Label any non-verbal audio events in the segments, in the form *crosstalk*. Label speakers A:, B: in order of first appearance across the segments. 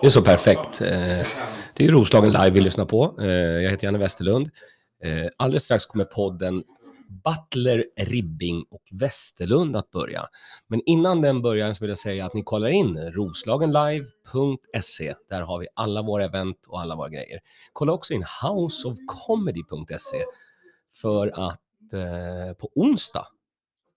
A: Det är så perfekt. Eh, Det är ju Roslagen live vi lyssnar på. Eh, Jag heter Janne Westerlund. Eh, Alldeles strax kommer podden Butler, Ribbing och Westerlund att börja. Men innan den börjar så vill jag säga att ni kollar in roslagenlive.se. Där har vi alla våra event och alla våra grejer. Kolla också in houseofcomedy.se för att eh, på onsdag,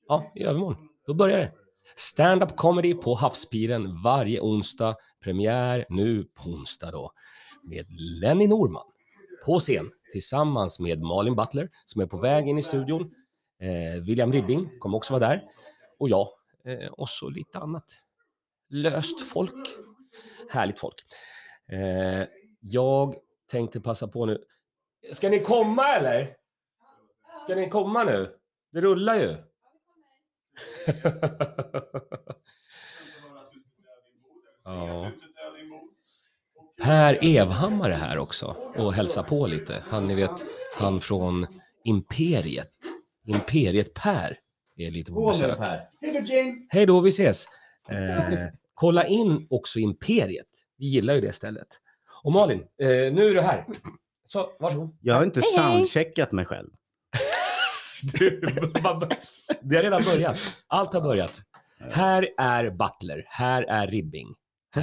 A: ja i övermorgon, då börjar det. Stand-up comedy på Havspiren varje onsdag. Premiär nu på onsdag då med Lenny Norman på scen tillsammans med Malin Butler som är på väg in i studion. Eh, William Ribbing kommer också vara där och jag eh, och så lite annat löst folk. Härligt folk. Eh, jag tänkte passa på nu. Ska ni komma eller? Ska ni komma nu? Det rullar ju. *laughs* Ja. Per Evhammar är här också och hälsar på lite. Han, ni vet, han från Imperiet. Imperiet-Per är lite på besök.
B: Hej då Jane!
A: Hej då, vi ses. Eh, kolla in också Imperiet. Vi gillar ju det stället. Och Malin, eh, nu är du här. Så, varsågod.
C: Jag har inte
D: Hej, hej.
C: soundcheckat mig själv.
A: *laughs* Du, det har redan börjat. Allt har börjat. Här är Butler, här är Ribbing. Här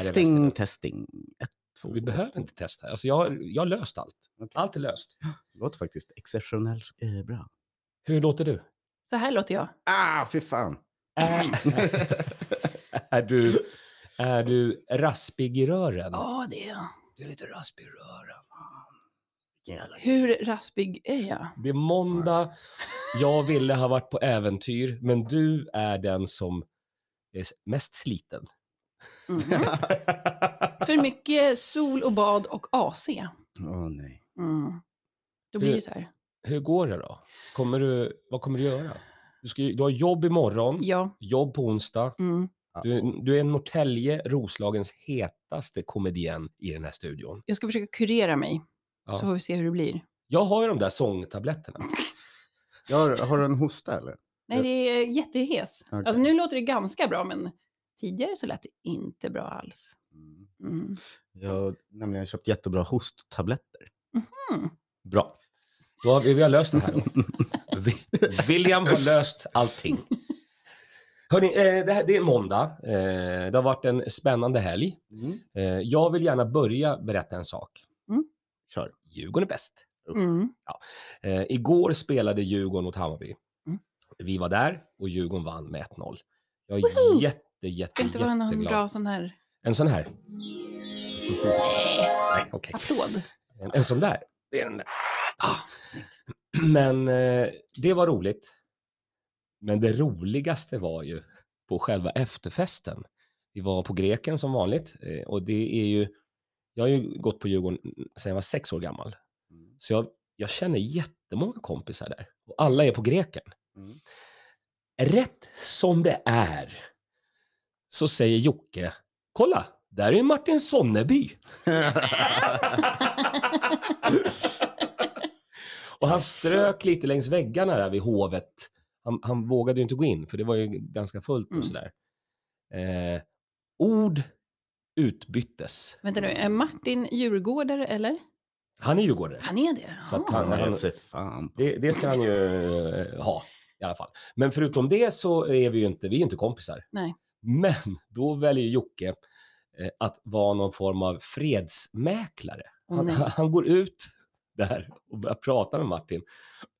A: är
C: Testing, testing. Ett, två.
A: Vi behöver inte testa. Alltså jag, jag har löst allt.
C: Okej.
A: Allt är löst.
C: Det låter faktiskt exceptionellt eh, bra.
A: Hur låter du?
D: Så här låter jag.
C: Ah, fy fan. *laughs*
A: Äh, är du... Är du raspig i rören?
D: Ja, det är jag.
A: Du är lite raspig i rören.
D: Hur raspig är jag?
A: Det är måndag, jag ville ha varit på äventyr, men du är den som är mest *laughs* sliten. *laughs*
D: Mhm. För mycket sol och bad och AC.
C: Åh nej.
D: Mm. Då blir det ju så här.
A: Hur går det då? Kommer du, vad kommer du göra? Du, ska, ju- du har jobb imorgon,
D: Ja.
A: jobb på onsdag.
D: Mm.
A: Du, du är Norrtälje, Roslagens hetaste komedien i den här studion.
D: Jag ska försöka kurera mig,
A: Ja.
D: så får vi se hur det blir.
A: Jag har ju de där sångtabletterna.
C: Jag har, har du en hosta eller?
D: Nej, det är jättehes.
C: Okej.
D: Alltså nu låter det ganska bra, men tidigare så lät det inte bra alls.
C: Mm.
D: Mm.
C: Jag har nämligen köpt jättebra hosttabletter.
A: Bra. Då har vi, vi har löst det här då. *laughs* Vi- William har löst allting. Hörrni, eh, det, här, det är måndag. Eh, Det har varit en spännande helg.
C: Mm.
A: Eh, Jag vill gärna börja berätta en sak.
D: Mm.
A: Kör. Djurgården är bäst.
D: Mm.
A: Eh, igår spelade Djurgården mot Hammarby.
D: Mm.
A: Vi var där och Djurgården vann med 1-0. Jag är
D: Woho!
A: jätte, jätte,
D: Ska inte vara någon
A: jätteglad.
D: bra sån här
A: En sån här. Nej, okej.
D: applåd?
A: En, en sån där. Det är den där.
D: Ah,
A: *clears throat* Men eh, det var roligt. Men det roligaste var ju på själva efterfesten. Vi var på Greken som vanligt eh, och det är ju, jag har ju gått på Djurgården sedan jag var sex år gammal.
C: Mm.
A: Så jag, jag känner jättemånga kompisar där och alla är på Greken.
C: *laughs* Mm.
A: Rätt som det är så säger Jocke, kolla, där är Martin Sonneby.
C: Mm.
A: Och han strök lite längs väggarna där vid hovet. Han, han vågade ju inte gå in, för det var ju ganska fullt och
D: Mm.
A: sådär. Eh, ord utbyttes.
D: Vänta nu, är Martin djurgårdare eller?
A: Han är djurgårdare.
D: Han är det?
A: Så att
D: Ah.
A: han-
C: Han har sig fan på.
A: Det, det ska han ju eh, ha i alla fall. Men förutom det så är vi ju inte, vi är inte kompisar.
D: Nej.
A: Men då väljer Jocke eh, att vara någon form av fredsmäklare.
D: Åh,
A: han,
D: nej.
A: han går ut *laughs* där och börjar prata med Martin.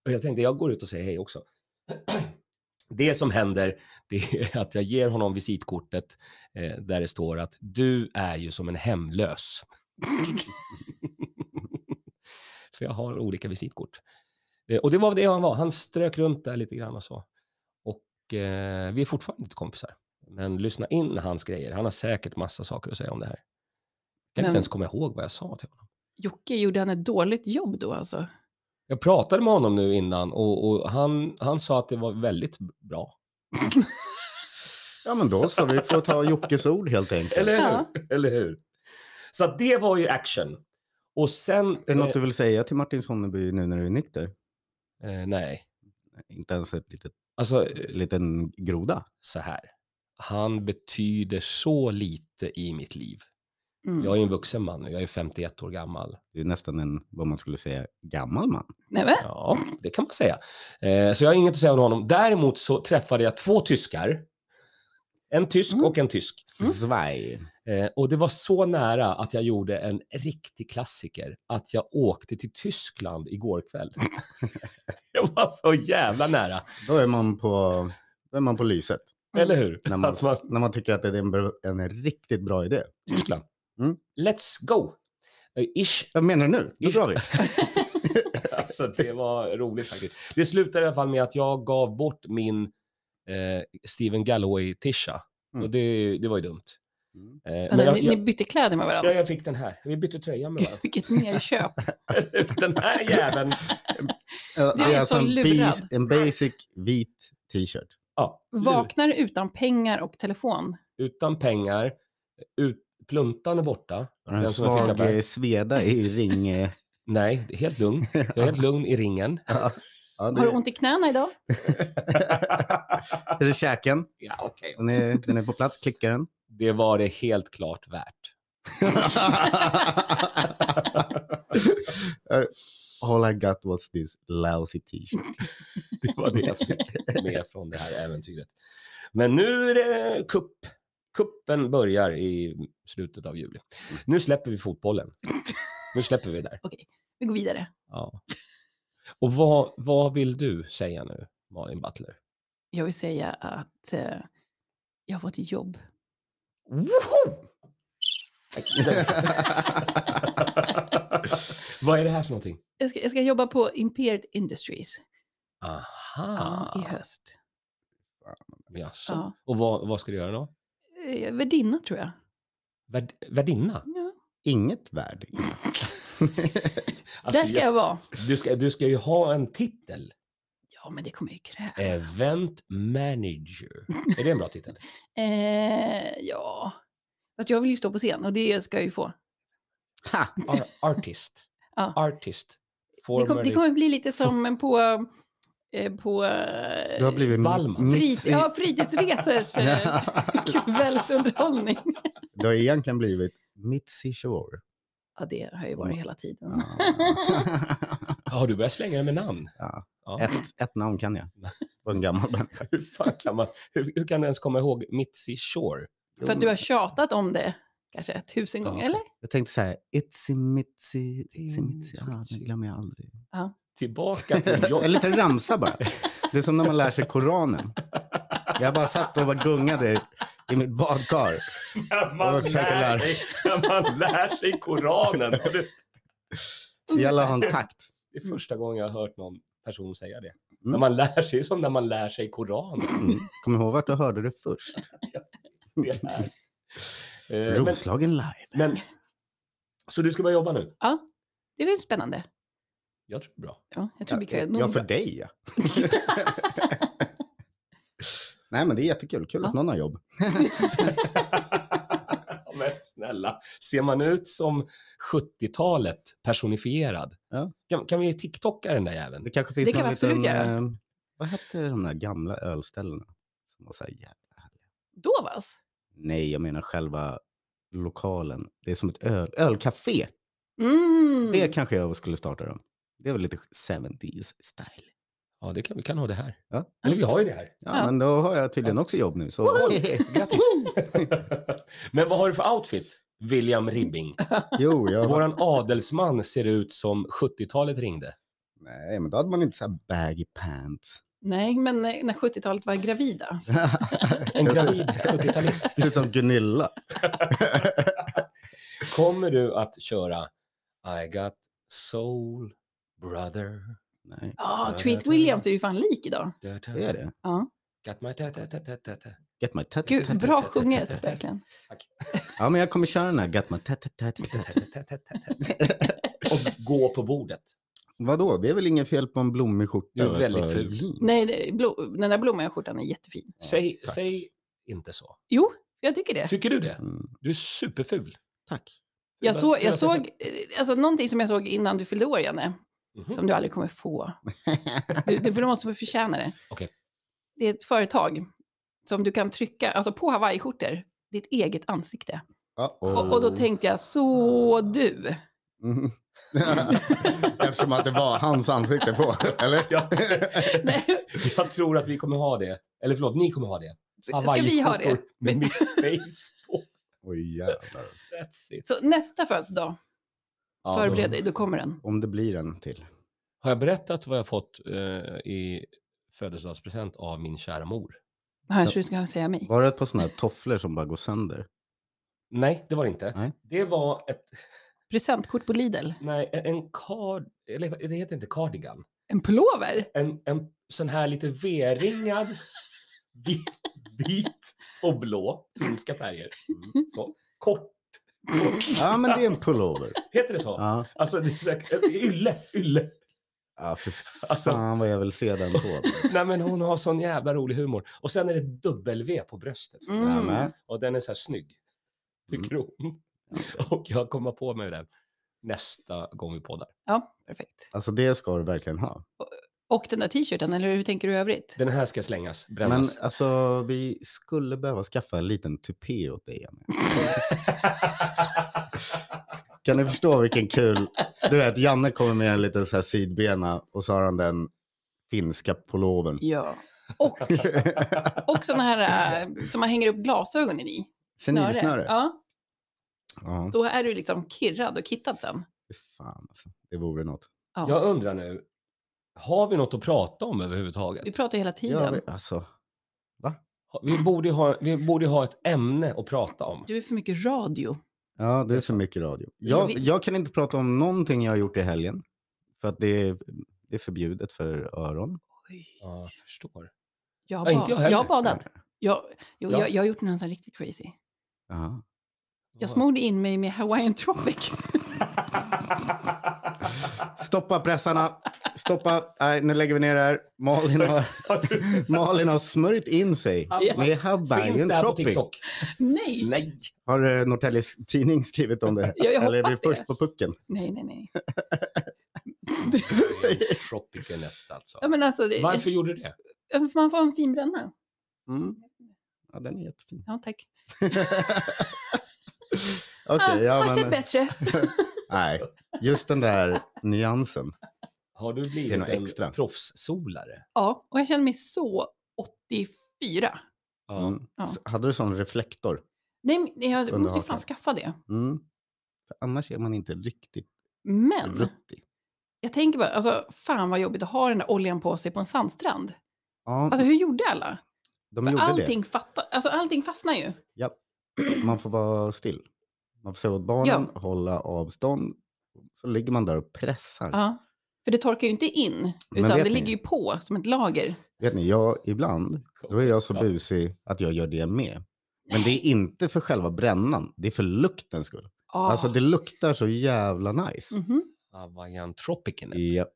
A: Och jag tänkte, jag går ut och säger hej också. *clears throat* Det som händer, det är att jag ger honom visitkortet eh, där det står att du är ju som en hemlös. *laughs* För jag har olika visitkort. Eh, och det var det han var. Han strök runt där lite grann och så. Och eh, vi är fortfarande inte kompisar. Men lyssna in hans grejer. Han har säkert massa saker att säga om det här. Jag kan
D: Men-
A: inte ens komma ihåg vad jag sa till honom.
D: Jocke, gjorde han ett dåligt jobb då alltså?
A: Jag pratade med honom nu innan och, och han, han sa att det var väldigt bra.
C: Ja men då så, vi får ta Jockes ord helt enkelt.
A: Eller hur?
D: Ja.
A: Eller hur? Så att det var ju action. Och sen...
C: Är det något du vill säga till Martin Sonneby nu när du är nykter?
A: eh, nej.
C: Inte ens ett litet,
A: Alltså, eh,
C: liten groda?
A: så här. Han betyder så lite i mitt liv.
D: Mm.
A: Jag är ju en vuxen man nu, jag är 51 år gammal.
C: Du är nästan en, vad man skulle säga, gammal man.
D: Nej, va?
A: Ja, det kan man säga. Eh, så jag har inget att säga om honom. Däremot så träffade jag två tyskar. En tysk
D: Mm.
A: och en tysk.
D: Mm.
C: Svaj.
A: Eh, och det var så nära att jag gjorde en riktig klassiker, att jag åkte till Tyskland igår *laughs* kväll. det var så jävla nära,
C: Då är man på, då är man på lyset.
A: eller hur?
C: När
D: *laughs*
C: man,
A: Att
D: Alltså.
A: man,
C: när man tycker att det är en, bra- en riktigt bra idé.
A: Tyskland.
C: Mm.
A: Let's go! Eh, Ish
C: Vad menar du nu? Då
A: Ish.
C: drar
D: *laughs*
C: vi.
A: *laughs* Alltså det var roligt faktiskt. Det slutade i alla fall med att jag gav bort min eh, Stephen Galloway-tisha.
C: Mm.
A: Och det, det var ju dumt.
C: Mm.
A: Eh, men
D: Vänta,
A: jag,
D: ni,
A: jag,
D: ni bytte kläder med
A: ja,
D: varandra?
A: jag fick den här. Vi bytte tröja med varandra. *laughs*
D: Vilket nerköp.
A: den här jäveln.
C: Ja,
D: Du är så
C: alltså en,
D: lurad.
C: bas, en basic vit t-shirt.
A: Ja, lur.
D: Vaknar utan pengar och telefon.
A: utan pengar. Ut, pluntan är borta.
C: Och En
A: Den som jag fick av
C: svag
A: Per.
C: eh, sveda i ring... eh,
A: Nej, det är helt *laughs* lugn. Jag är helt lugn i ringen.
C: Ja, ja,
D: Har du
C: det,
D: ont i knäna idag?
C: det *laughs* är käken.
A: ja, okej.
C: Den är, den är på plats, klickar
D: *laughs*
C: den. *laughs*
A: Det var det helt klart *laughs* värt.
C: Eh, All I got was this lousy t-shirt.
A: Det var det jag fick med från det här äventyret. Men nu är det kupp. Kuppen börjar i slutet av juli. Nu släpper vi fotbollen. Nu släpper vi det där.
D: Vi går vidare.
A: *laughs* Ja. Och vad, vad vill du säga nu, Malin Butler?
D: Jag vill säga att eh, jag har fått ett jobb.
A: Woho! *laughs* vad är det här för någonting?
D: Jag ska, jag ska jobba på Imperial Industries
A: Aha.
D: ja, i höst.
A: Jaså.
D: Ja.
A: Och vad, vad ska du göra då?
D: Eh, Värdinna tror jag.
A: Värd, värdinna?
D: Ja.
C: Inget värde.
A: Alltså,
D: Där ska jag vara.
A: Du, ska, du ska ju ha en titel.
D: Ja, men det kommer ju krävas.
A: Eh. Event manager. Är det en bra titel?
D: *laughs* Eh, ja. Fast jag vill ju stå på scen och det ska jag ju få.
C: Ha!
A: Ar- artist.
D: Ja.
A: Artist.
D: Det, kom, det
A: Formerly-
D: kommer bli lite som på... Eh, på eh,
C: Du har blivit
A: Wallman.
C: mitt
D: frit,
C: i-
D: ja,
C: *laughs*
D: fritidsresors eh, kvällsunderhållning.
C: Du har egentligen blivit Mitzi Shore.
D: Ja, det har ju varit hela tiden.
C: Ja.
A: Har du börjat slänga dig med namn?
C: Ja.
A: Ja.
C: Ett, ett namn kan jag. På en gammal människa.
A: *laughs* Hur, fan kan man, hur, hur kan du ens komma ihåg Mitzi Shore?
D: För att du har tjatat om det kanske tusen gånger,
A: Ja.
D: eller?
C: Jag tänkte så här, Itzy Mitzi, Itzy Mitzi,
A: Itzy
C: ja, det
A: Mitzi.
C: glömmer jag aldrig.
A: Tillbaka *laughs* till
C: En
A: jobb.
C: liten ramsa bara. Det är som när man lär sig Koranen. Jag bara satt och bara gungade i mitt badkar.
A: man,
C: Jag försöker
A: lär
C: lära-
A: sig, *laughs* man lär sig *laughs* Koranen. Och det-
C: Jag la ha en takt.
A: Det är första gången jag har hört någon person säga det.
C: Mm.
A: När man lär sig, som när man lär sig Koranen.
C: Mm. Kom ihåg vart du hörde det först.
A: Det
C: *laughs*
A: är. Eh, men,
C: Roslagen live.
A: men, så du ska börja jobba nu?
D: Det är väl spännande.
A: Jag tror det är bra.
D: Ja, jag tror vi
C: Ja,
D: kan...
C: ja, för dig ja. Nej men det är jättekul. Kul att
D: Ja.
C: någon har jobb.
A: *laughs* Ja, men snälla, ser man ut som 70-talet personifierad?
C: Ja.
A: Kan, kan vi TikToka den där jäveln?
C: Det kanske finns
D: Det kan
C: någon
D: vi absolut
C: liten,
D: göra.
C: eh, Vad hette de där gamla ölställena? Som var så här, jävla härliga.
D: Dovas?
C: Nej, jag menar själva lokalen. Det är som ett öl, ölcafé.
D: Mm.
C: Det kanske jag skulle starta dem. Det är väl lite 70s style.
A: Ja, det kan, vi kan ha det här.
C: Ja.
A: Eller vi har ju det här.
C: Ja,
D: Ja.
C: men då har jag tydligen också jobb nu. Så.
A: Grattis! *laughs* men vad har du för outfit? William Ribbing.
C: *laughs* jo, jag har...
A: Våran adelsman ser ut som 70-talet ringde.
C: Nej, men då hade man inte så här baggy pants.
D: Nej, men eh, när 70-talet var gravida.
A: En gravid 70-talist.
C: Det ser ut som Gunilla.
A: Kommer du att köra I got soul brother?
C: *laughs* Nej,
D: Ja,
A: Ja,
D: Treat
A: det-
D: Williams är ju fan lik idag.
C: det är det.
D: Ja.
A: Got my *laughs* ta-ta-ta-ta-ta.
C: Get my tat- tat-
D: Gud,
C: tat-
D: bra
A: tat- tat- tat-
D: sjunget
A: tat-
D: verkligen.
C: Ja, men jag kommer köra den här. Get my tat- tat- tat- tat- tat.
A: Och gå på bordet.
C: Vadå? Det är väl inget fel på en blommig skjorta?
A: Det är
C: och ett
A: väldigt
C: par
A: fult.
C: jeans?
D: Nej, det- blo- den där blommiga skjortan är jättefin.
C: Ja,
A: Säg,
C: tack.
A: säg inte så.
D: Jo, jag tycker det.
A: Tycker du det?
C: Mm,
A: Du är superful.
C: tack.
D: Jag,
A: Bara-
D: så,
A: bara
D: jag
A: att jag
D: såg, eh, alltså någonting som jag såg innan du fyllde år, Janne,
A: Mhm.
D: som du aldrig kommer få. Du, du, för du måste förtjäna det.
A: Okej.
D: Det är ett företag som du kan trycka, alltså på hawaiiskjortor, ditt eget ansikte.
C: *laughs* Uh-oh.
D: Och, och då tänkte jag, så du. *laughs*
C: Mm. *laughs* Eftersom att det var hans ansikte på,
D: *laughs*
C: eller?
A: Ja.
D: Nej,
A: Jag tror att vi kommer ha det. Eller förlåt, ni kommer ha det.
D: Ska vi ha det?
A: Hawaiiskjortor Med mitt face på.
C: Oj jävlar.
A: That's it.
D: Så nästa födelsedag,
A: Ja, då-
D: *laughs* förbered dig, då kommer den.
C: Om det blir en till.
A: Har jag berättat vad jag fått eh, i födelsedagspresent av min kära mor?
D: Här så du ska säga mig.
C: Var det ett par sådana här tofflor som bara går sönder?
A: Nej, det var det inte.
C: Nej.
A: Det var ett,
D: Presentkort på Lidl.
A: nej, en- en card, eller det heter inte cardigan.
D: En pullover?
A: En, en sån här lite V-ringad, vit, vit och blå, finska färger. Mm, Så. Kort,
C: Ja, men det är en pullover.
A: heter det så?
C: Ja,
A: Alltså, det är så här, en ylle, ylle.
C: ja för
A: Alltså,
C: fan vad jag vill se den på.
A: nej men hon har sån jävla rolig humor. Och sen är det ett dubbel-V på bröstet. förstås.
D: Mm.
C: Nämen.
A: Och den är så här snygg. Tycker
C: Mm.
A: hon. *laughs* Och jag kommer på mig den nästa gång vi poddar.
D: Ja, perfekt.
C: Alltså det ska du verkligen ha.
D: Och den där t-shirten, eller hur tänker du i övrigt?
A: Den här ska slängas,
C: Men
A: brännas.
C: alltså vi skulle behöva skaffa en liten tupé åt dig. Jenny. Kan ni förstå vilken kul... Du vet, Janne kommer med en liten så här sidbena och så har han den finska pullovern.
D: Ja. Och,
C: *laughs*
D: och såna här äh, som man hänger upp glasögonen i.
C: Senilsnöre. Ja.
D: Ja, då är du liksom kirrad och kittad sen.
C: fy Fan alltså. Det vore något.
A: *laughs* Jag undrar nu, har vi något att prata om överhuvudtaget?
D: Vi pratar hela
C: Ja,
D: tiden.
C: men alltså.
A: Ha- Vi borde ju ha, vi borde ju ha ett ämne att prata om.
D: Du är för mycket radio.
C: Ja, det är för mycket radio.
D: Ja,
C: Jag,
D: vi-
C: jag kan inte prata om någonting jag har gjort i helgen. För att det är, det är förbjudet för öron.
A: Ja, jag förstår.
D: Jag har,
A: Ja, inte
D: bad-
A: jag heller.
D: jag har badat. Jag, jo,
A: Ja.
D: jag, jag har gjort något sånt riktigt crazy.
C: Ja.
D: Jag smorde in mig med
C: *laughs*
D: Hawaiian Tropic.
C: Stoppa pressarna. Stoppa. Nej, nu lägger vi ner det här. Malin har, Malin har smörjt in sig
D: Ja.
C: med
A: Finns
C: Hawaiian
A: det här på
C: Tropic.
A: TikTok?
D: Nej! Nej,
C: Har eh, Norrtäljes tidning *laughs* skrivit om det? här?
D: Ja, jag
C: Eller är vi
D: hoppas det.
C: först på pucken?
D: nej, nej. nej.
A: Tropic är lätt alltså.
D: ja, men alltså, det,
A: Varför gjorde du det?
D: Man får en fin bränna.
C: Mm. Ja, den är jättefin.
D: Ja, tack.
C: Okej,
D: ah,
C: ja,
D: har sett
C: men, eh,
D: bättre.
C: nej, just den där nyansen.
A: Har du
C: Det är
A: blivit
C: något
A: en
C: extra.
A: proffssolare?
D: Ja, och jag känner mig så 84.
A: Ja.
C: Mm.
D: Ja.
C: S- Hade du sån reflektor?
D: Nej, men jag måste ju
C: Underhakan.
D: fan skaffa det.
C: Mm. För annars är man inte riktigt
D: Men
C: ruttig.
D: jag tänker bara, alltså, fan vad jobbigt att ha den där oljan på sig på en sandstrand.
C: Ja,
D: Alltså hur gjorde alla?
C: de
D: För
C: gjorde
D: allting, fatta, alltså, allting fastnar ju.
C: det. Man får vara still. Man får se åt barnen, hålla avstånd. Så ligger man där och pressar.
D: Ja. För det torkar ju inte in,
C: Men
D: utan
C: vet
D: det
C: ni-
D: ligger ju på som ett lager.
C: Vet ni, jag ibland, då är jag så busig att jag gör det med. Men det är inte för själva brännan, det är för luktens skull.
D: Ah.
C: Alltså det luktar så jävla nice.
D: Mhm.
A: Hawaiian Tropicen.
C: Ja.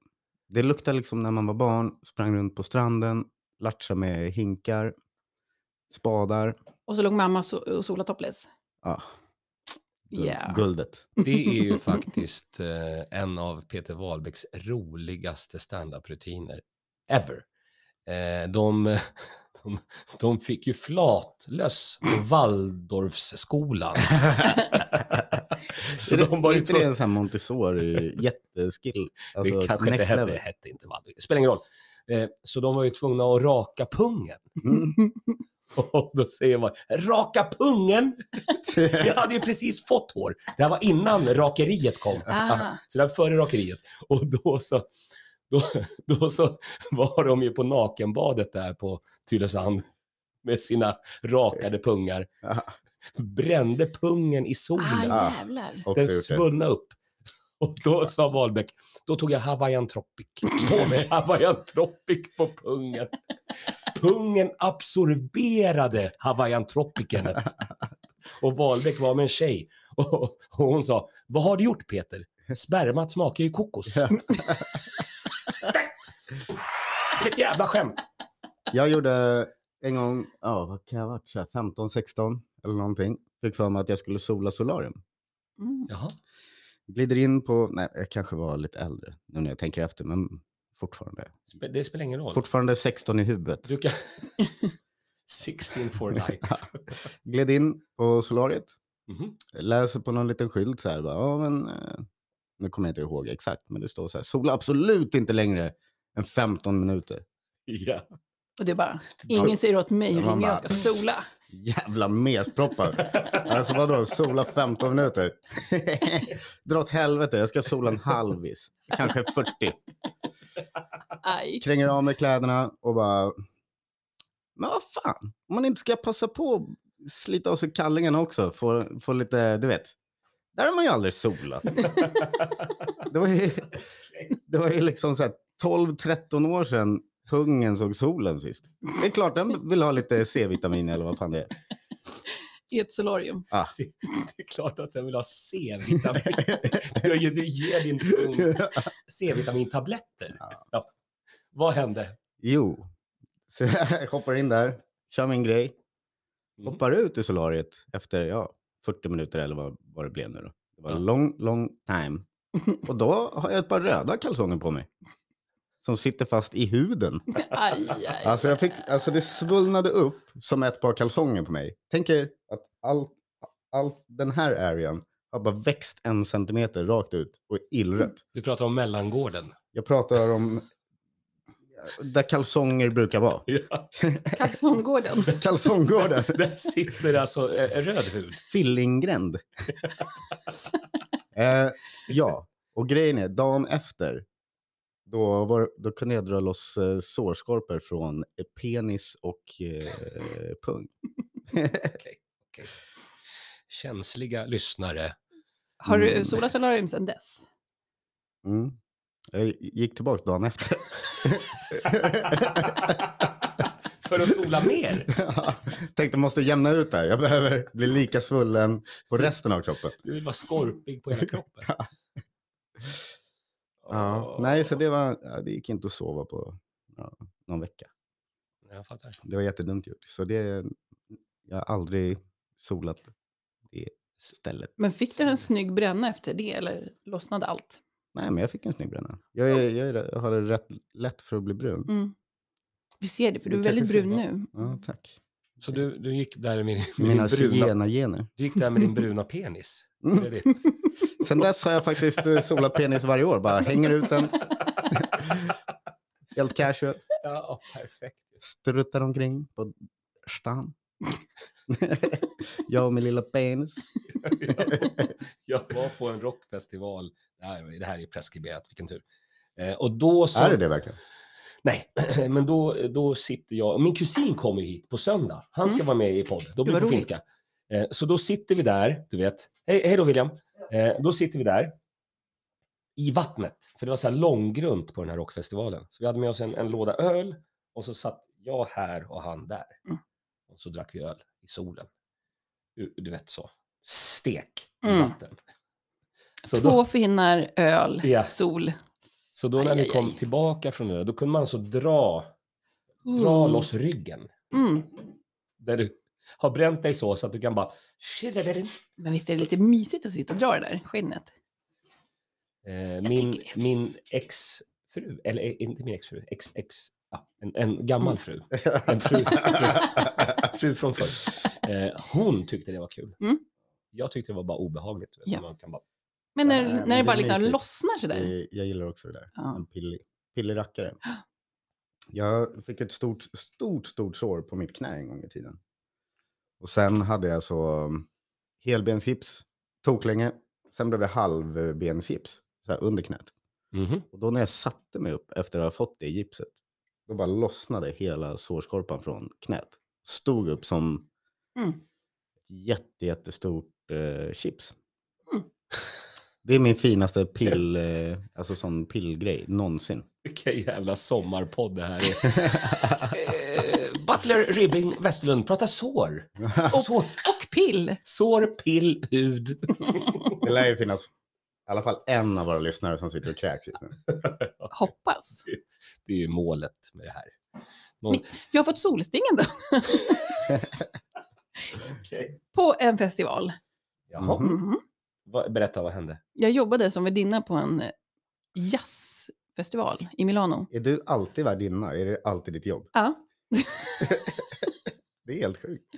C: Det luktar liksom när man var barn, sprang runt på stranden, latchade med hinkar, spadar.
D: Och så låg mamma so- och solade topless.
C: Ja, guld,
D: Yeah.
C: guldet. *laughs*
A: Det är ju faktiskt eh, en av Peter Wahlbecks roligaste standup-rutiner ever. Eh, de, *laughs* de, de fick ju flatlöss på Waldorfsskolan. Så
C: Är det-
A: de var
C: är
A: ju
C: inte det en sån här
A: *laughs*
C: Montessori, jätteskill? Alltså,
A: det kanske inte
C: next
A: hette, *laughs*
C: level.
A: hette inte Waldorf. Det spelar ingen roll. Eh, så de var ju tvungna att raka pungen. *laughs*
C: Mm.
A: Och då säger man, raka pungen! Jag hade ju precis fått hår. Det här var innan rakeriet kom.
D: Ah.
A: *laughs* Så det var före rakeriet. Och då så, då, då så var de ju på nakenbadet där på Tylösand med sina rakade pungar.
C: Ja.
A: Brände pungen i solen.
D: ah, jävlar.
C: Också
A: Den
C: gjort det.
A: svullnade upp. *laughs* Och då sa Wahlbeck, då tog jag Hawaiian
C: *laughs*
A: Tropic. På mig Hawaiian Tropic på pungen. Pungen absorberade Hawaiian Tropicenet. Och Wahlbeck var med en tjej. Och, och hon sa, vad har du gjort Peter? Spermat smakar ju kokos.
C: Ja.
A: Vilket jävla skämt!
C: Jag gjorde en gång, ja vad kan jag ha varit, så här 15, 16 eller någonting. Fick för mig att jag skulle sola solarium.
D: Mm.
A: Jaha.
C: Glider in på, nej jag kanske var lite äldre nu när jag tänker efter, men fortfarande.
A: Spe- Det spelar ingen roll.
C: Fortfarande 16 i huvudet. *laughs*
A: Du kan... 16 for life.
C: Gled in på solariet,
A: Mhm.
C: Läser på någon liten skylt så här. Bara, ja, men, eh, nu kommer jag inte ihåg exakt, men det står så här. Sola absolut inte längre än 15 minuter.
A: Ja.
D: Och du bara, ingen säger åt mig hur
C: Man
D: länge jag ska
C: bara-
D: sola.
C: Jävla mesproppar. alltså vadå, sola 15 minuter? *laughs* Dra åt helvete, jag ska sola en halvis. Kanske 40.
D: Aj.
C: Kränger av mig kläderna och bara... Men vad fan, om man inte ska passa på att slita av sig kallingarna också. Få, få lite, du vet. Där har man ju aldrig solat. Det var ju, det var ju liksom så här 12-13 år sedan pungen såg solen sist. Det är klart den vill ha lite C-vitamin eller vad fan det är.
D: I ett solarium.
C: Ah.
A: Se- *laughs* Det är klart att jag vill ha
C: *laughs*
A: C-vitamin. Du, ger- du ger din kund C-vitamintabletter.
C: Ja.
A: Ja. Vad hände?
C: Jo, *laughs* så jag hoppar in där, kör min grej,
A: Mm.
C: hoppar ut i solariet efter ja, 40 minuter eller vad, vad det blev nu då. Det var
A: Ja.
C: long, long time. Och då har jag ett par röda kalsonger på mig. Som sitter fast i huden.
D: Aj, aj.
C: Alltså, jag fick, alltså det svullnade upp som ett par kalsonger på mig. Tänker att allt, allt den här arean har bara växt en centimeter rakt ut och är illrött.
A: Du pratar om mellangården.
C: Jag pratar om där kalsonger brukar vara.
A: Ja.
D: Kaxholmgården.
C: *laughs* Kalsonggården.
A: *laughs* Där sitter alltså eh, röd hud.
C: Fillinggränd. *laughs* eh, ja, och grejen är, dagen efter, då, var, då kunde jag dra loss eh, sårskorpor från eh, penis och eh, pung.
A: Känsliga
C: *laughs*
A: lyssnare.
D: Har
C: Mm.
D: du solat solarium sedan dess?
C: Mm. Jag gick tillbaka dagen efter.
A: *laughs* För att sola mer.
C: *laughs* Tänkte måste jämna ut det här. Jag behöver bli lika svullen på resten av kroppen.
A: Du vill vara skorpig på hela kroppen.
C: Ja. Nej, så det, var, ja, det gick inte att sova på ja, någon vecka.
A: Jag fattar.
C: Det var jättedumt gjort. Så det, jag har aldrig solat det stället.
D: Men fick du en snygg bränna efter det eller lossnade allt?
C: Nej, men jag fick en snygg bränna. Jag, är, jag, är, jag har det rätt lätt för att bli brun.
D: Mm. Vi ser det, för du
C: Det
D: är väldigt
C: kanske
D: brun nu.
C: Ja, tack.
A: Så du, du gick där med, din- Mm. med
C: Mina
A: din bruna,
C: zigenargener.
A: du gick där med din bruna penis.
C: Mm.
A: Det är ditt.
C: Sen dess har jag faktiskt eh, solat penis varje år. Bara hänger
A: *laughs*
C: ut den. Helt casual.
A: Ja, perfekt.
C: Struttar omkring på stan. *laughs* jag och min lilla penis.
A: *laughs* Jag var på en rockfestival. Det här, det här är preskriberat, vilken tur. Eh, och då så...
C: Är det
A: *laughs*
C: det verkligen?
A: Nej, *clears throat* men då, då sitter jag... Min kusin kommer ju hit på söndag. Han ska
D: Mm.
A: vara med i podd. Då blir
D: vad
A: det på
D: roligt.
A: finska. Eh, Så då sitter vi där, du vet. Hej, hej då William. Eh, Då sitter vi där i vattnet. För det var så här långgrunt på den här rockfestivalen. Så vi hade med oss en, en låda öl och så satt jag här och han där.
D: Mm.
A: Och så drack vi öl i solen. U- Du vet så. Stek i
D: Mm.
A: vatten. Så då-
D: Två finnar, öl,
A: Ja.
D: sol.
A: så då när
D: Aj,
A: vi
D: aj,
A: kom
D: aj.
A: tillbaka från det där, då kunde man alltså dra, dra loss ryggen.
D: Mm.
A: Där du har bränt dig så, så att du kan bara...
D: Men visst är det lite mysigt att sitta och dra det där skinnet?
A: Eh, min,
D: tycker
A: min exfru, eller eh, inte min exfru, ex, ex, ja, en, en gammal
D: Mm.
A: fru. En fru, fru, fru från förr. Eh, hon tyckte det var kul.
D: Mm.
A: Jag tyckte det var bara obehagligt. du Vet,
D: Ja.
A: när man kan bara,
D: Men när,
C: Nej, men
D: när
C: det
D: det
C: är
D: bara liksom
C: mysigt.
D: lossnar sådär.
C: Det- Jag gillar också det där.
D: Ja.
C: En pillig, pillig rackare. Jag fick ett stort, stort, stort sår på mitt knä en gång i tiden. Och sen hade jag så um, helbensgips, tok länge. Sen blev det halvbensgips, så här under knät.
A: Mhm.
C: Och då när jag satte mig upp efter att ha fått det gipset, då bara lossnade hela sårskorpan från knät. Stod upp som
D: Mm.
C: jätte, jättestort eh, chips.
D: Mm.
C: Det är min finaste pill, eh, alltså sån pillgrej någonsin.
A: Vilken jävla sommarpodd det här
D: *laughs*
A: är. Eh, Butler, Ribbing, Westerlund pratar
D: *laughs*
A: sår. Sår,
D: Och pill!
A: sår, pill, hud.
C: Det lär ju finnas i alla fall en av våra lyssnare som sitter och kräks just nu.
D: Hoppas.
A: Det är ju målet med det här. Någon,
D: Jag har fått solstingen då, *laughs* på en festival.
A: Jaha,
C: Mhm.
D: Mhm.
A: Vad- berätta vad hände.
D: Jag jobbade som värdinna på en eh, jazzfestival i Milano.
C: Är du alltid värdinna? Är det alltid ditt jobb?
D: Ja.
C: Det är helt sjukt.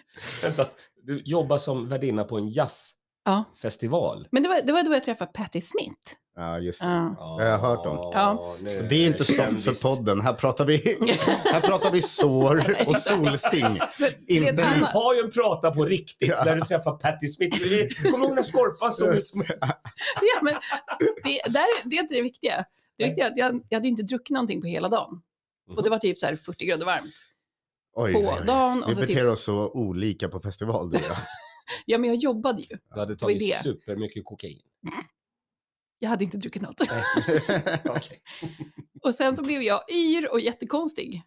A: Vänta, du jobbar som värdinna på en jazz...
D: Ja.
A: festival.
D: Men det var, det var då jag träffade Patti Smith.
C: Ja, just det.
D: Ja.
C: Jag har hört om.
D: Ja.
A: nu-
C: Det är inte stopp för
A: Kändis.
C: podden. Här pratar vi,
D: *laughs*
C: här pratar vi sår och solsting.
D: Det är
A: Du
D: samma-
A: har ju en prata på riktigt
C: Ja.
A: när du träffar Patti Smith. Kommer du ihåg när Skorpan såg ut som...
D: ja, men det, där, det är inte det viktiga. Det viktiga är att jag, jag hade ju inte druckit någonting på hela dagen. Och det var typ så här 40 grader varmt
C: Mhm. Oj,
D: på
C: oj, oj.
D: dagen.
C: Vi
D: Och så typ,
C: beter oss så olika på festival du och jag.
D: ja, men jag jobbade ju.
A: Du hade
D: Vad är
A: tagit
D: det?
A: supermycket kokain.
D: Jag hade inte druckit något.
A: Nej. Okej.
D: *laughs* Och sen så blev jag yr och jättekonstig.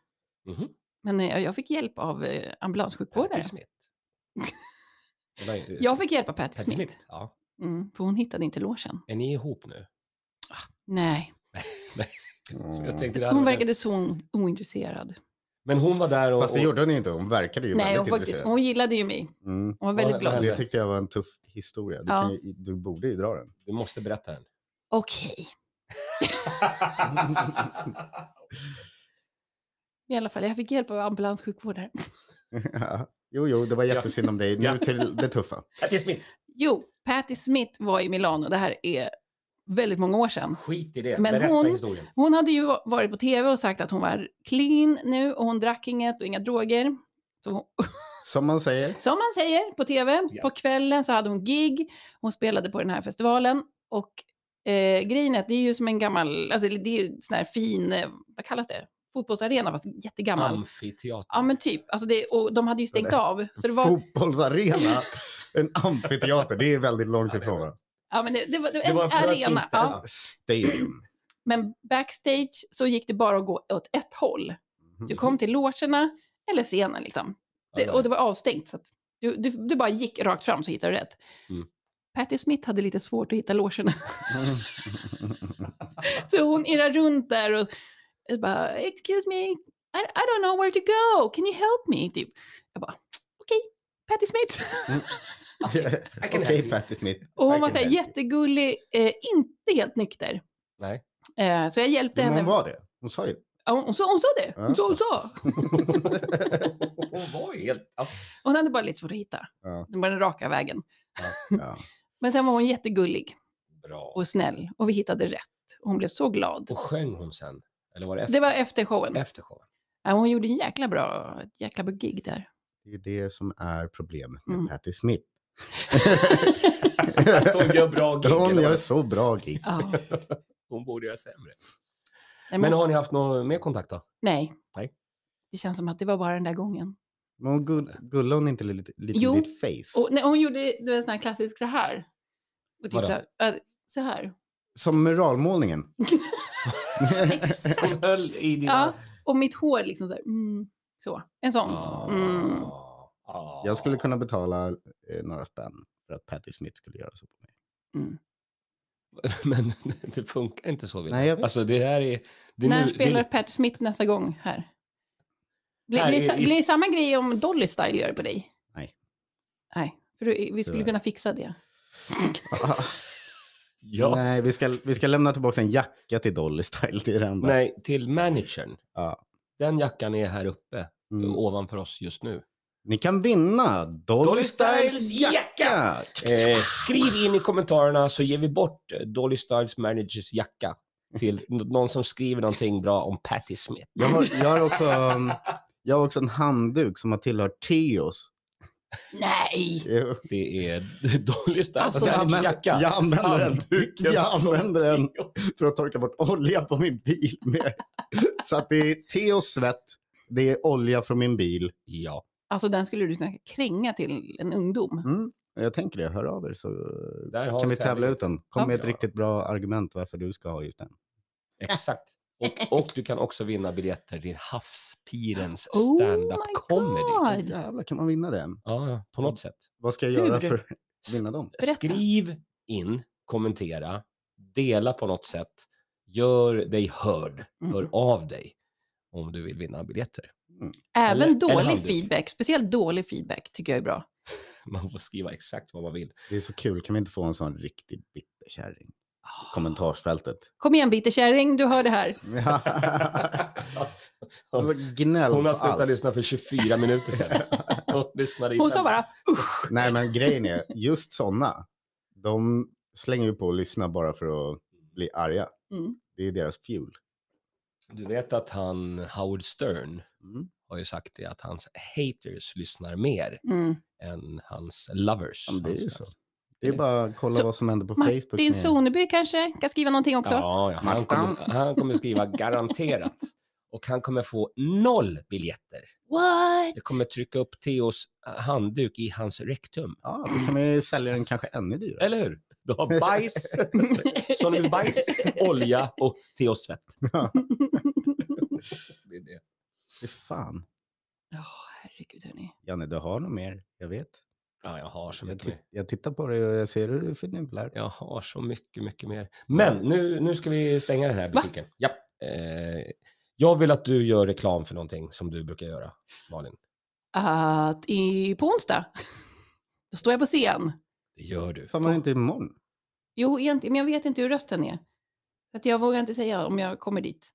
A: Mhm.
D: Men eh, jag fick hjälp av eh, ambulanssjukvårdare.
A: Patti Smith. Det var ju-
D: *laughs* Jag fick hjälp av Patti
A: Patti
D: Smith.
A: Ja.
D: Mm, för hon hittade inte logen.
A: Är ni ihop nu?
D: Nej,
A: Så
C: Mm.
A: jag tänkte det här
D: hon
A: var-
D: verkade så o- ointresserad.
A: Men hon var där och...
C: Fast det gjorde hon ju inte. Hon verkade ju
D: Nej, hon,
C: väldigt
D: faktiskt,
C: intresserad.
D: hon gillade ju mig.
C: Mm.
D: Hon var
A: Vad-
D: väldigt
A: vad
D: glad.
A: hände?
C: Det tyckte jag var en tuff historia. Du,
D: Ja.
C: kan ju, du borde ju
A: *laughs*
C: dra den. *laughs*
A: och... Du måste berätta den.
D: Okej, i alla fall. Jag fick hjälp av ambulanssjukvårdare.
C: *laughs* Ja. Jo, jo, det var jättesynd om dig.
A: Ja.
C: Nu till det tuffa.
A: Patti Smith.
D: Jo, Patti Smith var i Milano. Det här är väldigt många år sedan.
A: Skit i det.
D: Men
A: berätta
D: hon-
A: historien.
D: Hon hade ju varit på tv och sagt att hon var clean nu och hon drack inget och inga droger. Så hon,
C: Som man säger.
D: Som man säger på tv.
A: Ja.
D: På kvällen så hade hon gig. Hon spelade på den här festivalen. Och eh, grejen är att det är ju som en gammal, alltså det är ju sån här fin, eh, vad kallas det? Fotbollsarena fast jättegammal.
A: Amfiteater.
D: Ja men typ, alltså det, och de hade ju stängt av. Så det var, *laughs*
C: Fotbollsarena. En amfiteater. Det är väldigt långt
A: Ja, det är
C: ifrån.
A: bra.
C: va?
D: ja, men det, det var, det var
A: Det
D: en
A: var för att
D: arena.
A: finns det, ja.
D: Ja.
C: Stadium.
D: Men backstage så gick det bara att gå åt ett håll. Du kom till logerna eller scenen liksom.
A: Mhm. Ja,
D: Det, och det var avstängt. Så att du, du, du bara gick rakt fram så hittade du rätt.
A: Mm.
D: Patti Smith hade lite svårt att hitta logerna.
C: Mhm.
D: Så hon irrar runt där och jag bara, excuse me, I, I don't know where to go, can you help me? Typ. Jag bara, okej, Patti Smith.
C: *laughs*
A: I can
C: Okej,
A: help you.
C: Patti Smith.
D: Och hon
C: I
D: var
C: can
D: så här
C: help you.
D: jättegullig, eh, inte helt nykter.
A: Nej.
D: Eh, så jag hjälpte
C: Men
D: henne.
C: hon var det. Hon sa ju
D: *laughs*
C: det.
D: Ja, Hon, hon, sa, hon sa det,
C: Ja.
D: hon sa, hon sa.
A: Hon var ju helt... Ja.
D: Hon hade bara lite svårt att hitta.
C: Ja.
D: Det var den raka vägen.
C: Ja.
D: Men sen var hon jättegullig
A: Bra.
D: och snäll och vi hittade rätt. Och Hon blev så glad.
A: Och sjöng hon sen? Eller var det efter?
D: Det var efter showen.
A: Efter showen.
D: Ja, hon gjorde en jäkla bra, ett jäkla bra gig där.
C: Det är det som är problemet med
D: Mm.
C: Patti
A: *laughs*
C: Smith.
A: Hon gör bra gig.
C: *laughs* Hon
A: eller vad?
C: gör så bra gig.
D: Ja.
C: *laughs*
D: Nej,
A: hon borde göra sämre.
D: men
A: Men har ni haft någon mer kontakt då?
D: Nej.
A: Nej.
D: Det känns som att det var bara den där gången.
C: Men hon gull, gullar hon inte lite, lite
D: Jo.
C: i ditt face?
D: Och, nej, hon gjorde du vet, sån här klassisk så här. Och typ
A: Vadå?
D: så här, äh, så här.
C: Som muralmålningen.
A: *laughs*
D: Exakt.
A: höll i dina...
D: Ja, och mitt hår liksom så här. Mm, så. En sån.
A: Ah.
D: Mm.
A: Ah.
C: Jag skulle kunna betala eh, några spänn för att Patti Smith skulle göra så på mig.
A: *laughs*
D: mm.
A: Men det funkar inte så. Vet
C: Nej, jag vet.
A: Alltså det här är... Det är
D: När
A: nu-
D: spelar
A: det,
D: Pat Smith nästa gång här? Blir,
A: Här
D: blir, det sa-
A: i- i-
D: blir det samma grej om Dolly Style gör det på dig?
C: Nej.
D: Nej, för du- vi skulle
C: Tyvärr.
D: kunna fixa det.
A: *laughs* ja.
C: Nej, vi ska, vi ska lämna tillbaka en jacka till Dolly Style. Det är det enda.
A: Nej, till managern.
C: Ja.
A: Den jackan är här uppe,
C: Mm.
A: ovanför oss just nu.
C: Ni kan vinna Dolly,
A: Dolly Styles
C: Styles jacka!
A: Eh, skriv in i kommentarerna så ger vi bort eh, Dolly Styles managers jacka till n- någon som skriver någonting bra om Patti Smith.
C: Jag, har, jag, har också, um, jag har också en handduk som har tillhört Theoz.
D: Nej!
C: Eh,
A: Det är *laughs* Dolly Styles
D: Alltså,
C: jag,
A: managers
C: använder,
A: jacka.
C: jag använder den.
A: Handduken
C: Jag använder
A: från
C: den
A: Theo.
C: för att torka bort olja på min bil med. Så att det är Theoz svett, det är olja från min bil.
A: Ja.
D: Alltså den skulle du kunna kränga till en ungdom.
C: Mm. Jag tänker det, hör av er så
A: Där har
C: kan vi
A: vi
C: tävla
A: tävlingen.
C: ut den. Kom
D: Ja.
C: med ett riktigt bra argument varför du ska ha just den.
A: *laughs* Exakt. Och, och du kan också vinna biljetter till Havspirens
D: Oh
A: stand-up
D: my
A: comedy.
D: God.
C: Åh, Jävlar, kan man vinna den?
A: Ja, ja, på något sätt.
C: Vad ska jag göra
D: Hur?
C: för att vinna dem?
D: Berätta.
A: Skriv in, kommentera, dela på något sätt. Gör dig hörd.
D: Mm.
A: Hör av dig om du vill vinna biljetter. *laughs*
D: Även
A: eller
D: dålig
A: handduk.
D: feedback, speciellt dålig feedback tycker jag är bra.
A: Man får skriva exakt vad man
C: *laughs*
A: vill.
C: Det är så kul, kan vi inte få en sån riktig bitterkärring?
D: Ah.
C: Kommentarsfältet. *laughs*
D: Kom igen bitterkärring, du hör det här.
C: Det var Alltså, Gnäll
A: Hon har
C: på allt.
A: slutat lyssna för 24
C: *laughs*
A: minuter sedan. Hon lyssnade i
D: Hon sa
A: fem-
D: bara,
C: Nej men grejen är, just sådana, de slänger ju på och lyssnar bara för att bli arga.
D: Mm.
C: Det är deras fuel.
A: Du vet att han, Howard Stern,
C: Mm.
A: har ju sagt det att hans haters lyssnar mer
D: Mm.
A: än hans lovers.
C: Ja, men det är
A: hans
C: ju
A: fans.
C: så. Det är bara att kolla
D: Så-
C: vad som händer på Facebook.
D: Martin
C: med-
D: Soneby kanske kan skriva någonting också.
A: Ja, ja, han, kommer, han kommer skriva
C: *laughs*
A: garanterat. Och han kommer få noll biljetter.
D: What?
A: Jag kommer trycka upp Theos eh, handduk i hans rektum.
C: Ja, då kan vi sälja den kanske ännu dyrare.
A: Eller hur? Du har bajs,
D: *laughs*
A: Sonny *laughs* bajs, olja och Theos svett.
C: Ja.
A: Det är det.
C: Fy Fan,
D: Ja, herregud hörni.
C: Janne, du har nog mer. Jag vet.
A: Ja, jag har så
C: Jag,
A: mycket
C: ti-
A: mer.
C: jag tittar på dig och jag ser hur du förnibblar.
A: Jag har så mycket, mycket mer. Men nu, nu ska vi stänga den här
D: Va?
A: butiken. Ja. Eh, jag vill att du gör reklam för någonting som du brukar göra, Malin.
D: Att i, på onsdag, då står jag på scen.
A: Det gör du.
C: Fan, var det inte imorgon?
D: Jo, egentligen, men jag vet inte hur rösten är. Så att jag vågar inte säga om jag kommer dit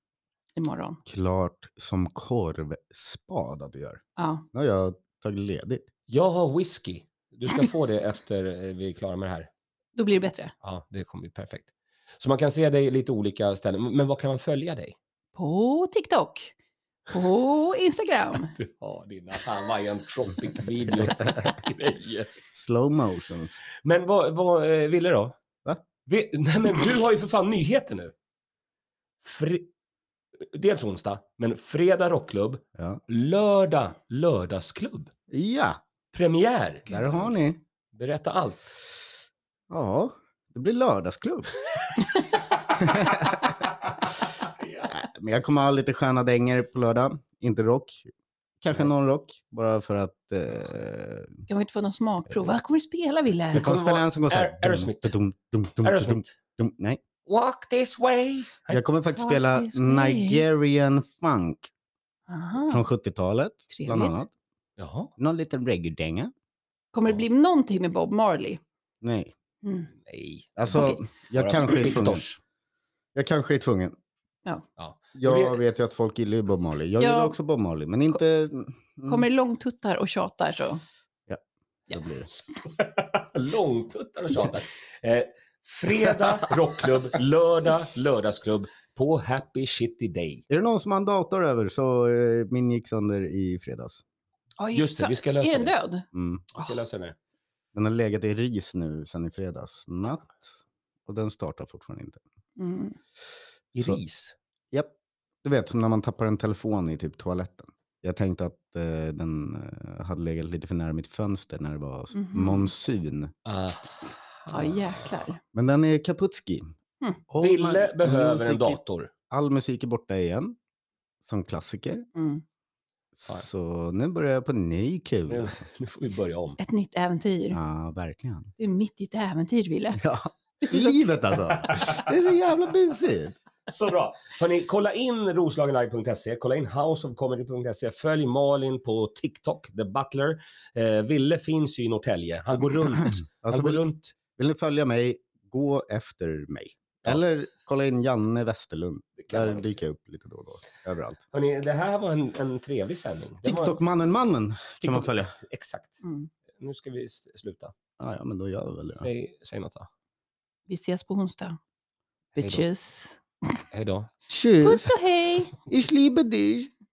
D: imorgon.
C: Klart som korvspad att du gör.
D: Ja.
C: Nu har jag tagit ledigt.
A: Jag har whisky. Du ska få det efter eh, vi är klara med det här.
D: Då blir det bättre.
A: Ja, det kommer bli perfekt. Så man kan se dig lite olika ställen. Men var kan man följa dig?
D: På TikTok. På Instagram.
A: Du har dina Hawaiian *laughs* Tropic-videos grejer.
C: Slow motions.
A: Men vad, vad eh, ville då?
C: Va?
A: Vi, nej, men du har ju för fan nyheter nu. Fre, dels onsdag, men fredag rockklubb,
C: Ja,
A: lördag lördagsklubb,
C: ja
A: premiär.
C: där har ni.
A: Berätta allt.
C: Ja, det
A: *laughs*
C: blir lördagsklubb. Nej, Äh, Men jag kommer ha lite sköna dänger på lördag. Inte rock. Kanske
A: Nej.
C: någon rock, bara för att... Eh,
D: Jag har inte fått någon smakprov. Vad kommer du spela, Wille?
C: jag kommer spela en som går så här...
A: Aer- Aerosmith.
C: dum, dum, dum, dum, dum,
A: Aerosmith.
C: dum. Nej.
A: Mm. Walk this way.
C: Jag kommer faktiskt
D: What
C: spela
D: is way?
C: Nigerian funk
D: Aha.
C: från 70-talet, bland
D: Trevligt.
C: annat.
A: Jaha.
C: Någon liten reggae-dänga.
D: Kommer det bli någonting med Bob Marley?
C: Nej.
D: Mm.
A: Nej.
C: Alltså,
D: Okej.
C: jag
A: Bara
C: kanske, är tvungen.
A: Piktors.
C: jag kanske är tvungen.
D: Ja.
A: Ja.
C: Jag
A: Det-
C: vet ju att folk gillar ju Bob Marley. Jag
D: Ja.
C: gillar också Bob Marley, men inte... Mm,
D: Kommer det långtuttar och tjatar så?
C: det blir det.
A: *laughs* Långtuttar och tjatar. Eh, fredag rockklubb, lördag lördagsklubb på Happy Shitty Day.
C: Är det någon som har en dator över så eh, min gick sönder i fredags.
D: Oj,
A: Just det,
D: fan.
A: vi ska
D: Är
A: lösa
D: den
A: det.
D: död?
C: Mm.
A: Vi ska lösa det.
C: Den har legat i ris nu sedan i fredags natt och den startar fortfarande inte.
D: Mm.
A: I
C: Så-
A: ris.
C: Japp. Du vet, som när man tappar en telefon i typ toaletten. Jag tänkte att eh, den eh, hade legat lite för nära mitt fönster när det var s-
D: Mhm.
C: monsun.
A: Ah.
D: Ja, jäklar.
C: Men den är kaputski.
D: Mm.
A: Oh
C: All
A: Ville
C: my-
A: behöver
C: music
A: en
C: i-
A: dator. *laughs*
C: All musik är borta igen, som klassiker.
D: Mm.
A: Ja.
C: Så nu börjar jag på ny
A: Nu,
C: kula.
A: nu får vi börja om.
D: Ett nytt äventyr.
C: Ja, verkligen.
D: Du är mitt i ett äventyr, Wille.
C: Ja, livet alltså. Det är så jävla busigt.
A: *laughs* Så bra. Hörrni, kolla in roslagenlive.se, kolla in houseofcomedy.se, följ Malin på TikTok, The Butler. Eh, Ville finns ju i Norrtälje. Han går runt. Han
C: *laughs* Alltså,
A: går
C: vill,
A: runt.
C: vill ni följa mig, gå efter mig.
A: Ja.
C: Eller kolla in Janne Westerlund.
A: Det kan man
C: Där
A: också
C: dyker jag upp lite då och då. Överallt.
A: Hörrni, det här var en, en trevlig sändning. Det var-
C: TikTok-mannen-mannen kan man
A: TikTok-
C: följa. Ah,
A: Exakt.
D: Mm.
A: Nu ska vi s- sluta.
C: Ja, ja, men då gör vi väl det.
A: Säg, säg något då.
D: Vi ses på onsdag.
A: Hej då.
D: Bitches.
A: Hej då.
D: Puss och hej!
C: Ich liebe dich.